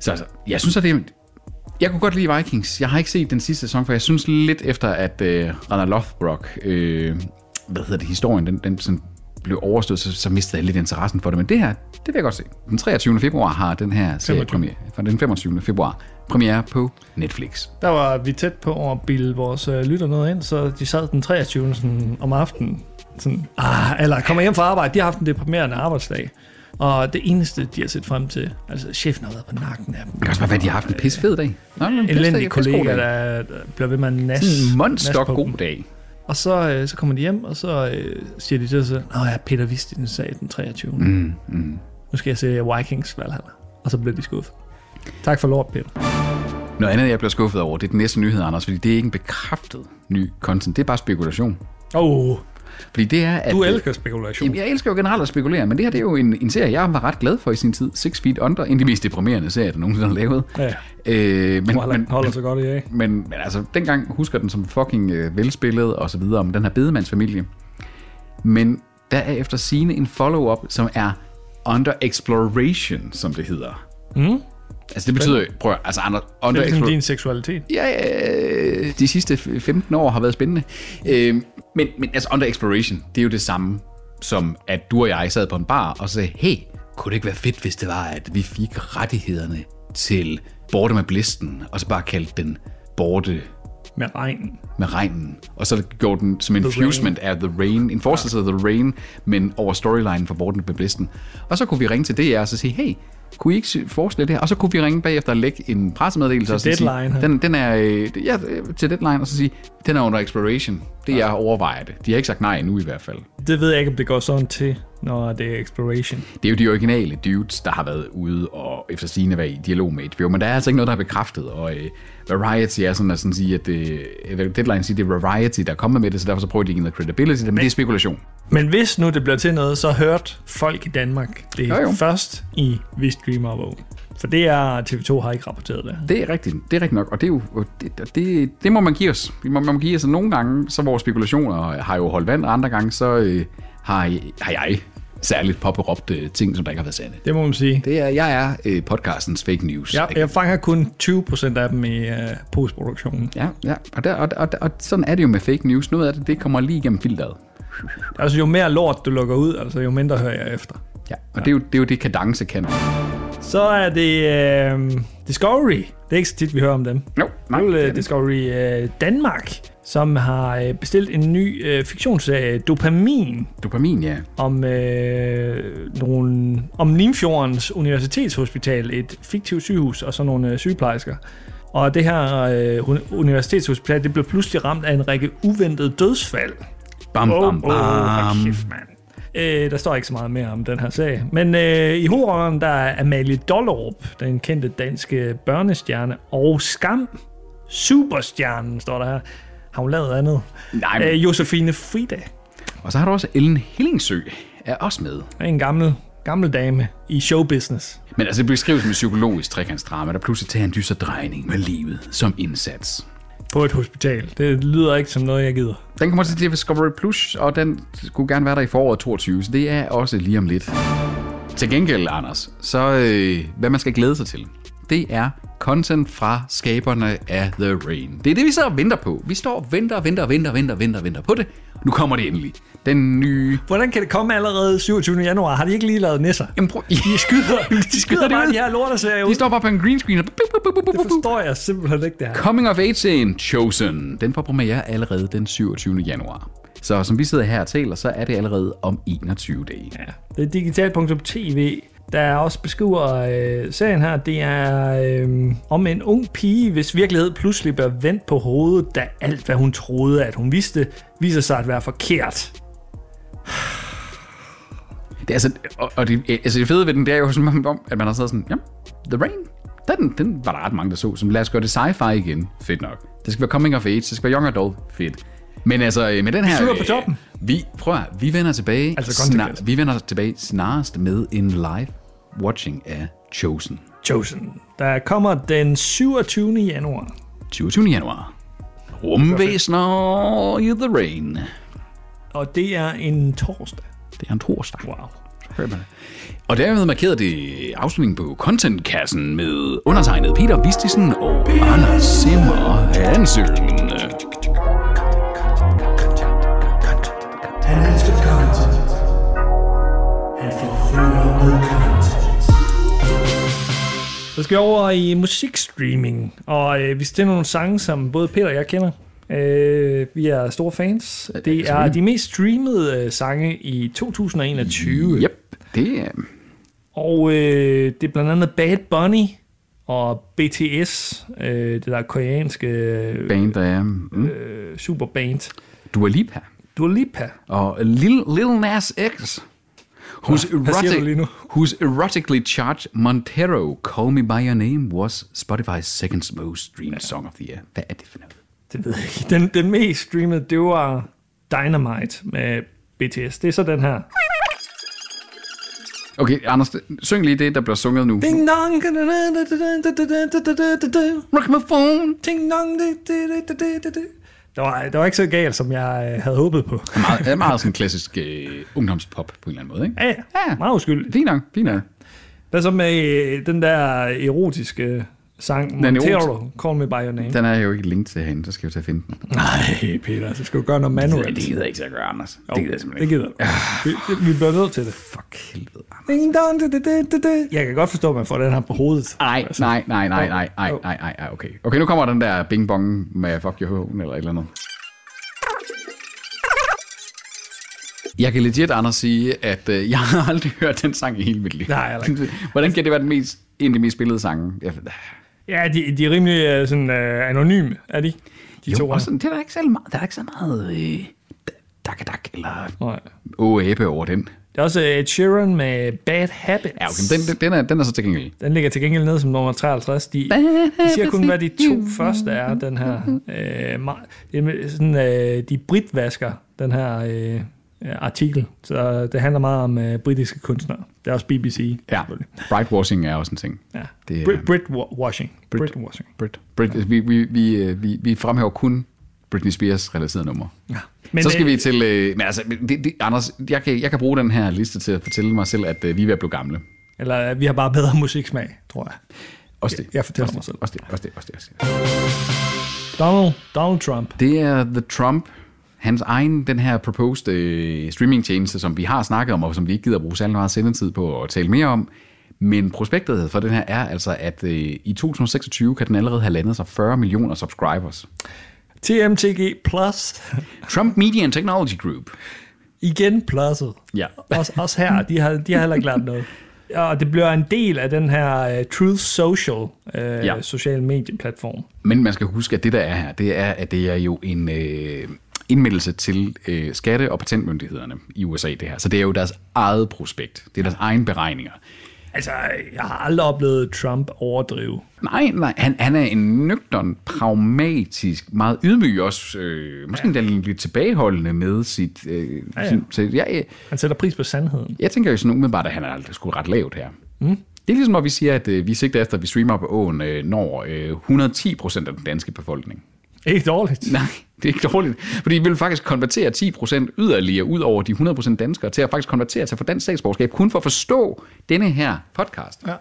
B: Så altså, jeg synes, at det er- jeg kunne godt lide Vikings. Jeg har ikke set den sidste sæson, for jeg synes lidt efter, at øh, Ragnar Lothbrok, øh, hvad hedder det, historien, den, den sådan blev overstået, så, så mistede jeg lidt interessen for det. Men det her, det vil jeg godt se. Den 23. februar har den her serie premiere. Fra den 25. februar premiere på Netflix.
A: Der var vi tæt på at bilde vores øh, lytter noget ind, så de sad den 23. Sådan, om aftenen. Sådan, ah, eller kommer hjem fra arbejde. De har haft en deprimerende arbejdsdag. Og det eneste, de har set frem til, altså chefen har været på nakken af dem.
B: Det kan også bare være, at de har haft en pissefed dag. Nå, men en pissefed-
A: Elendige kollegaer,
B: pissegod dag.
A: der, der bliver ved med at nas,
B: En
A: nas
B: monster
A: på dem.
B: god dag.
A: Og så, øh, så kommer de hjem, og så øh, siger de til sig, Nå ja, Peter vidste den sag den 23. Mm, mm. Nu skal jeg se Vikings Valhalla. Og så bliver de skuffet. Tak for lort, Peter.
B: Noget andet, jeg bliver skuffet over, det er den næste nyhed, Anders, fordi det er ikke en bekræftet ny content. Det er bare spekulation.
A: Åh, oh,
B: Fordi det er, at...
A: du elsker spekulation.
B: Jamen,
A: Jamen,
B: jeg elsker jo generelt at spekulere, men det her det er jo en, en serie, jeg var ret glad for i sin tid. Six Feet Under, en af de mest deprimerende serier, der nogensinde har lavet.
A: Ja.
B: Øh, men,
A: men,
B: men,
A: holder sig godt i dag.
B: men, men altså, dengang husker den som fucking øh, velspillet og så videre, om den her bedemandsfamilie. Men der er efter sigende en follow-up, som er Under Exploration, som det hedder. Mm. Altså det betyder, prøv at, altså under, under
A: Det er ligesom
B: Exploration
A: din seksualitet.
B: ja, ja, de sidste 15 år har været spændende. Øh, men, men altså, Under Exploration, det er jo det samme som, at du og jeg sad på en bar og sagde, hey, kunne det ikke være fedt, hvis det var, at vi fik rettighederne til Borte med Blisten, og så bare kaldte den Borte
A: Med regnen.
B: med regnen, og så gjorde den som en fusement af The Rain, en forestillelse af The Rain, men over storylinen for Borten med Blisten. Og så kunne vi ringe til DR og så sige, hey, kunne I ikke se- forestille det her? Og så kunne vi ringe bagefter og lægge en pressemeddelelse. Til og så
A: Deadline
B: Sige,
A: her.
B: den, den er, øh, ja, øh, til Deadline, og så sige, den er under exploration. Det er overvejer det. De har ikke sagt nej endnu i hvert fald.
A: Det ved jeg ikke, om det går sådan til, når det er exploration.
B: Det er jo de originale dudes, der har været ude og efter sigende været i dialog med HBO, men der er altså ikke noget, der er bekræftet, og øh, Variety er sådan at sådan sige, at øh, eller Deadline siger, det er Variety, der er kommet med det, så derfor så prøver de ikke noget credibility, men det er spekulation.
A: Men hvis nu det bliver til noget, så hørte folk i Danmark det
B: Jo, jo.
A: først i Vi Streamer Vågen. For det er TV2 har ikke rapporteret det.
B: Det er rigtigt, det er rigtigt nok, og det, er jo, og det, og det, det må man give os. Vi må, man må give os, at nogle gange, så vores spekulationer har jo holdt vand, og andre gange, så øh, har, I- har jeg særligt påberåbt øh, ting, som der ikke har været sande.
A: Det må man sige.
B: Det er, jeg er øh, podcastens fake news.
A: Jeg, jeg fanger kun 20% af dem i øh, postproduktionen.
B: Ja, ja. Og, der, og, og, og sådan er det jo med fake news. Noget af det, det kommer lige igennem filteret.
A: Altså, jo mere lort du lukker ud, altså jo mindre hører jeg efter.
B: Ja, og ja. Det, er jo, det er jo det, kadence kan.
A: Så er det øh, Discovery. Det er ikke så tit, vi hører om dem.
B: Jo, nej,
A: Nu
B: det
A: er
B: er
A: det
B: det.
A: Discovery øh, Danmark, som har øh, bestilt en ny øh, fiktionsserie, Dopamin,
B: Dopamin, ja.
A: om, øh, nogle, om Limfjordens Universitetshospital, et fiktivt sygehus og så nogle øh, sygeplejersker. Og det her øh, uni- universitetshospital, det blev pludselig ramt af en række uventede dødsfald.
B: Bam, bam,
A: Åh, åh,
B: bam.
A: hold kæft, mand. Øh, der står ikke så meget mere om den her sag. Men øh, i hovedrollen, der er Amalie Dollerup, den kendte danske børnestjerne, og Skam, superstjernen, står der her. Har hun lavet andet?
B: Nej, men-
A: Øh, Josefine Frida
B: Og så har du også Ellen Hillingsø er også med.
A: er en gammel, gammel dame i showbusiness.
B: Men altså, det beskrives som et psykologisk trekantsdrama, der pludselig tager en dyster drejning med livet som indsats.
A: På et hospital. Det lyder ikke som noget, jeg gider.
B: Den kommer til Discovery Plus, og den skulle gerne være der i foråret 22, så det er også lige om lidt. Til gengæld, Anders, så øh, hvad man skal glæde sig til, det er content fra skaberne af The Rain. Det er det, vi så venter på. Vi står og venter, og venter, og venter, og venter, og venter, og venter på det. Nu kommer det endelig. Den nye...
A: Hvordan kan det komme allerede 27. januar? Har de ikke lige lavet nisser?
B: Jamen, *laughs* prøv... De skyder,
A: *laughs* De skyder bare de her lorteserier
B: De
A: ud.
B: står bare på en green screen og...
A: Det forstår jeg simpelthen ikke, det her.
B: Coming of Age-serien Chosen, den får premiere allerede den 27. januar. Så som vi sidder her og taler, så er det allerede om 21 dage.
A: Ja. Det er digital.tv, der også beskriver øh, serien her. Det er øh, om en ung pige, hvis virkelighed pludselig bliver vendt på hovedet, da alt, hvad hun troede, at hun vidste, viser sig at være forkert.
B: Det er altså, og, og det, altså det fede ved den, det er jo som om, at man har siddet sådan, ja, The Rain, der den, den var der ret mange, der så, som lad os gøre det sci-fi igen. Fedt nok. Det skal være Coming of Age, det skal være Young Adult. Fedt. Men altså, øh, med den her...
A: slutter
B: øh,
A: på toppen.
B: Vi, prøv at, høre, vi vender tilbage,
A: Altså konsekvens.
B: vi vender tilbage snarest med en live watching af Chosen.
A: Chosen. Der kommer den 27. januar.
B: 27. januar. Rumvæsener i The Rain.
A: Og det er en torsdag.
B: Det er en torsdag.
A: Wow.
B: Hører man det? Og dermed markerede det afslutningen på Contentkassen med undertegnet Peter Vistisen og Anders Simmer Hansen.
D: Han elsker content. Han forfylder med content.
A: Så skal vi over i musikstreaming. Og øh, vi stiller nogle sange, som både Peter og jeg kender. Øh, vi er store fans. Det er de mest streamede øh, sange i 2021.
B: Yep, det er...
A: Og øh, det er blandt andet Bad Bunny og BTS, øh, det der koreanske øh,
B: Band, der er... Mm.
A: superband.
B: Dua Lipa
A: Dua Lipa.
B: og Lil, Lil Nas X. Who's,
A: hvad siger du lige nu?
B: erotic, who's erotically charged Montero, Call Me By Your Name, was Spotify's second most streamed song of the year. Hvad er det for noget?
A: Det ved jeg ikke. Den, den mest streamede, det var Dynamite med BTS. Det er så den her.
B: Okay, Anders, syng lige det, der bliver sunget nu.
A: Ding dong. da, da, da, da, da, da, da, da, da, da, da.
B: Rock my phone.
A: Ding dong. da, da, da, da, da, da, da. Det var, det var ikke så galt, som jeg øh, havde håbet
B: *laughs*
A: på.
B: meget, er meget sådan klassisk øh, ungdomspop på en eller anden måde, ikke?
A: Ja, ja. Meget uskyldigt.
B: Fint nok, fint nok.
A: Hvad så med øh, den der erotiske øh, sang,
B: er
A: Montero, Call Me By Your Name?
B: Den er jo ikke linket til herinde, så skal vi til at finde den.
A: Nej, Peter, så skal du gøre noget manuelt.
B: gider jeg ikke så at gøre, Anders.
A: Jo, det gider du. Vi, det, vi bliver nødt til det.
B: Fuck helvede, Anders.
A: Ding dong, da, da, da, da, da. Jeg kan godt forstå, at man får den her på hovedet.
B: Ej, nej, nej, nej, nej, nej, nej, nej, nej, okay. Okay, nu kommer den der bing bong med fuck your home eller et eller andet. Jeg kan legit, Anders, sige, at øh, jeg har aldrig *laughs* hørt den sang i hele mit liv.
A: Nej, heller ikke.
B: Hvordan kan det være den mest, en af de mest spillede sange? Jeg,
A: Ja, de, de er rimelig øh, sådan, øh, anonyme, er de? De
B: jo,
A: to
B: også, sådan, det er der ikke særlig meget, der er ikke så meget øh, dak, dak, eller
A: Nej.
B: åh, æbe over den.
A: Det er også øh, Ed Sheeran med Bad Habits.
B: Ja, okay, men den, den, den, er, den er så tilgængelig.
A: Den ligger til gengæld nede som nummer 53. De, de siger kun, hvad de to første er, den her. Øh, meget- det er med- sådan, øh, de britvasker den her øh, øh, artikel. Så det handler meget om øh, britiske kunstnere. Det er også BBC.
B: Ja, brightwashing er også en ting.
A: ja.
B: Det er-
A: Brit, Britwashing.
B: Brit-
A: Britwashing.
B: Brit. Brit, vi, vi, vi, øh, vi, vi fremhæver kun Britney Spears relaterede numre.
A: Ja.
B: Men, så skal
A: øh,
B: vi til... Øh, men altså, det, det, Anders, jeg kan, jeg kan bruge den her liste til at fortælle mig selv, at øh, vi er ved at blive gamle.
A: Eller øh, vi har bare bedre musiksmag, tror jeg.
B: Også det.
A: jeg fortæller
B: også
A: mig
B: det,
A: selv.
B: Også det, også det, også det, også det.
A: Donald, Donald Trump.
B: Det er The Trump, hans egen, den her proposed øh, streamingtjeneste, som vi har snakket om, og som vi ikke gider bruge særlig meget sendetid på at tale mere om. Men prospektet for den her er altså, at øh, i 2026 kan den allerede have landet sig 40 millioner subscribers.
A: TMTG Plus.
B: Trump Media and Technology Group.
A: Igen plusset.
B: Ja.
A: Også, også her, de har, de har heller ikke lært noget. Og det bliver en del af den her uh, Truth Social, uh,
B: Ja.
A: ja. social medieplatform.
B: Men man skal huske, at det der er her, det er, at det er jo en øh, indmeldelse til øh, skatte- og patentmyndighederne i USA, det her. Så det er jo deres eget prospekt. Det er deres egen beregninger.
A: Altså, jeg har aldrig oplevet Trump overdrive.
B: Nej, nej, han, han er en nøgtern, pragmatisk, meget ydmyg også, øh, måske ja. endda lidt tilbageholdende med sit... Øh, ja,
A: ja.
B: ja. Sin, sit ja, jeg,
A: Han sætter pris på sandheden.
B: jeg tænker jo sådan umiddelbart, at han er skulle ret lavt her. Mm. Det er ligesom, at vi siger, at øh, vi sigter efter, at vi streamer på åen, øh, når øh, 110 procent af den danske befolkning. *laughs*
A: Ikke dårligt.
B: Nej, det er ikke dårligt. Fordi vi vil faktisk konvertere 10% yderligere ud over de 100% danskere til at faktisk konvertere til for dansk statsborgerskab, kun for at forstå denne her podcast. Ja.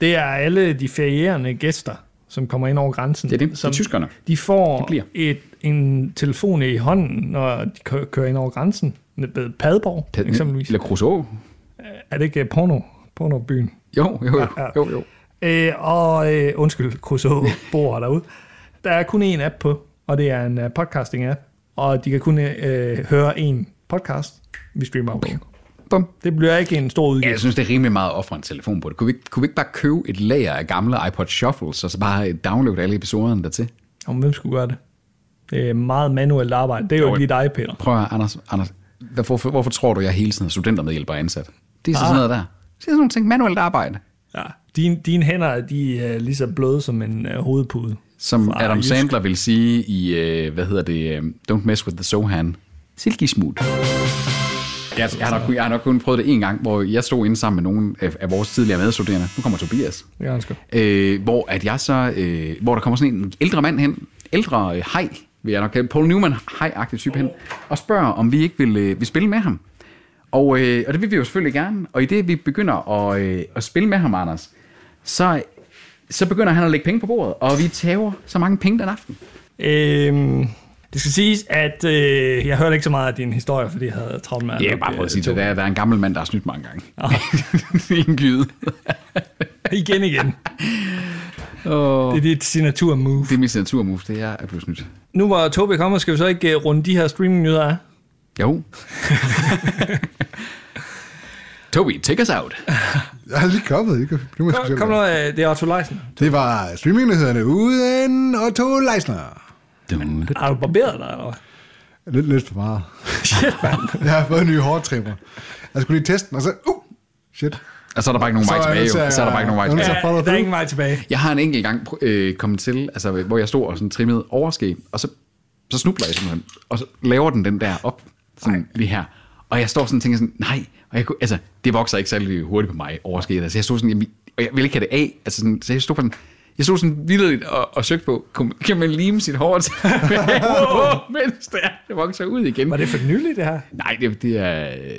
A: Det er alle de ferierende gæster, som kommer ind over grænsen.
B: Det er det.
A: Som
B: Det er tyskerne.
A: De får
B: Det bliver.
A: et, en telefon i hånden, når de kø- kører ind over grænsen. Ved Padborg, eksempelvis.
B: Eller Crusoe.
A: Er det ikke øh, porno? Pornobyen.
B: Jo, jo, jo.
A: Ja, ja.
B: jo, jo.
A: Øh, og øh, undskyld, Crusoe bor derude. Der er kun én app på, og det er en uh, podcasting-app. Og de kan kun øh, høre én podcast, vi streamer på.
B: Bum.
A: Det bliver ikke en stor
B: Ja,
A: udgift.
B: jeg synes, det er rimelig meget at ofre en telefon på det. Kunne vi, ikke- kunne vi ikke bare købe et lager af gamle iPod Shuffles, og så bare øh, downloade alle episoderne dertil?
A: Om hvem skulle gøre det? Det er meget manuelt arbejde. Det er jo
B: Jo,
A: ikke lige dig, Peter.
B: Prøv at høre, Anders, Anders hvorfor, hvorfor tror du, jeg hele tiden er studentermedhjælper og ansat? Det er så
A: Ah.
B: sådan noget der. Det er sådan nogle ting, manuelt arbejde,
A: Ja. Dine, dine hænder de øh, er lige så bløde som en øh, hovedpude.
B: som
A: Fra
B: Adam
A: Jysk.
B: Sandler vil sige i, øh, hvad hedder det, øh, Don't Mess With The Sohan, silkesmut. Jeg, jeg, har nok, kun- jeg har nok kun prøvet det en gang, hvor jeg stod inde sammen med nogle af, af vores tidligere medstuderende. Nu kommer Tobias.
A: Det er ganske.
B: øh, hvor at jeg så, øh, hvor der kommer sådan en ældre mand hen, ældre øh, hej, vil jeg nok kalde, Paul Newman hej-agtig type hen, og spørger, om vi ikke vil, øh, vil spille med ham. Og, øh, og det vil vi jo selvfølgelig gerne, og i det vi begynder at, øh, at spille med ham, Anders, så, så begynder han at lægge penge på bordet, og vi tager så mange penge den aften.
A: Øhm, det skal siges, at øh, jeg hørte ikke så meget af din historie, fordi jeg havde travlt med at
B: Ja,
A: lukke,
B: bare prøv at
A: øh,
B: sige det.
A: to.
B: Der, er- der er en gammel mand, der har snydt mange gange. *laughs*
A: Nå.
B: I en gyde.
A: *laughs* igen, igen.
B: Oh.
A: Det er dit signatur-move.
B: Det er min signaturmove, det er at blive snydt.
A: Nu hvor Tobi kommer, skal vi så ikke øh, runde de her streaming-nyheder af?
B: Jo. *laughs* Toby, take us out.
E: Jeg har lige kommet, ikke? Nu må jeg
A: Kom,
E: selv
A: kom
E: være.
A: nu, øh, det er Otto Leisner.
E: Det var streamingnyhederne uden Otto Leisner.
A: Har du barberet dig, eller hvad?
E: Lidt, lidt for meget. *laughs* Shit, Jeg har fået nye hårtrimmer. Jeg skulle lige teste den, og så... Uh, shit.
B: Og så er der bare ikke nogen
E: Så
B: vej
E: er jeg
B: tilbage,
E: nødt til
B: jo.
E: at-
B: Så er der bare ikke nogen vej
E: jeg er nødt
B: tilbage.
E: til at- får du
A: Ja, der er
E: det?
A: ingen vej tilbage.
B: Jeg har en enkelt gang pr- øh, kommet til, altså, hvor jeg stod og sådan trimmede overskæg, og så, så snubler jeg simpelthen, og så laver den den der op, sådan lige her. Og jeg står sådan og tænker sådan, nej, og jeg kunne, altså, det vokser ikke særlig hurtigt på mig, overskægget. Altså, jeg stod sådan, jamen, og jeg ville ikke have det af, altså sådan, så jeg stod på sådan, jeg stod sådan vildt og, og søgte på, kan kan man lime sit hår *laughs* til, mens det, er, det vokser ud igen.
A: Var det for nylig, det her?
B: Nej, det, det er,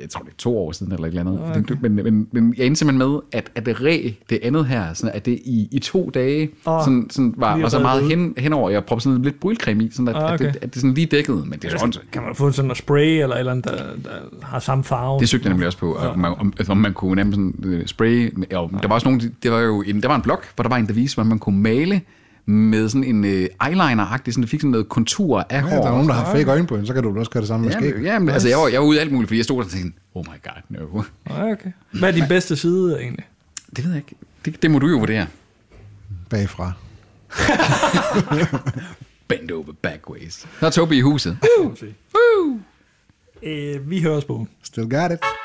B: jeg tror det er to år siden eller et eller andet. Okay. Men, men, men jeg endte simpelthen med, at, at det re, det andet her, sådan, at det i, i to dage
A: Åh,
B: oh, sådan, sådan var,
A: lige
B: var så
A: reddet
B: meget
A: ud.
B: hen, henover. Jeg proppede sådan lidt brylcreme i, sådan at,
A: Ah,
B: okay. at,
A: okay.
B: det, at det sådan lige dækkede. Men det er sådan,
A: Kan man få sådan noget spray, eller et eller andet, der, der har samme farve?
B: det søgte jeg nemlig også på, om man, om, altså, om man kunne nærmest sådan, øh, spraye. med- Og der var også nogen, det var jo en, der var en blog, hvor der var en, der viste, hvordan man kunne male med sådan en øh, eyeliner-agtig, sådan det fik sådan noget kontur af hår.
E: Ja, der er nogen, der har fake øjenbryn, så kan du vel også gøre det samme med skæg.
B: Jamen, jamen, altså, jeg var, jeg var ude i alt muligt, fordi jeg stod der og tænkte, oh my god, no.
A: Ah, Okay. Hvad er din bedste side, egentlig?
B: Det ved jeg ikke. Det, det må du jo vurdere.
E: Bagfra.
B: Bend over backways. Nå, Tobi i huset.
A: Øh, vi høres på.
E: Still got it.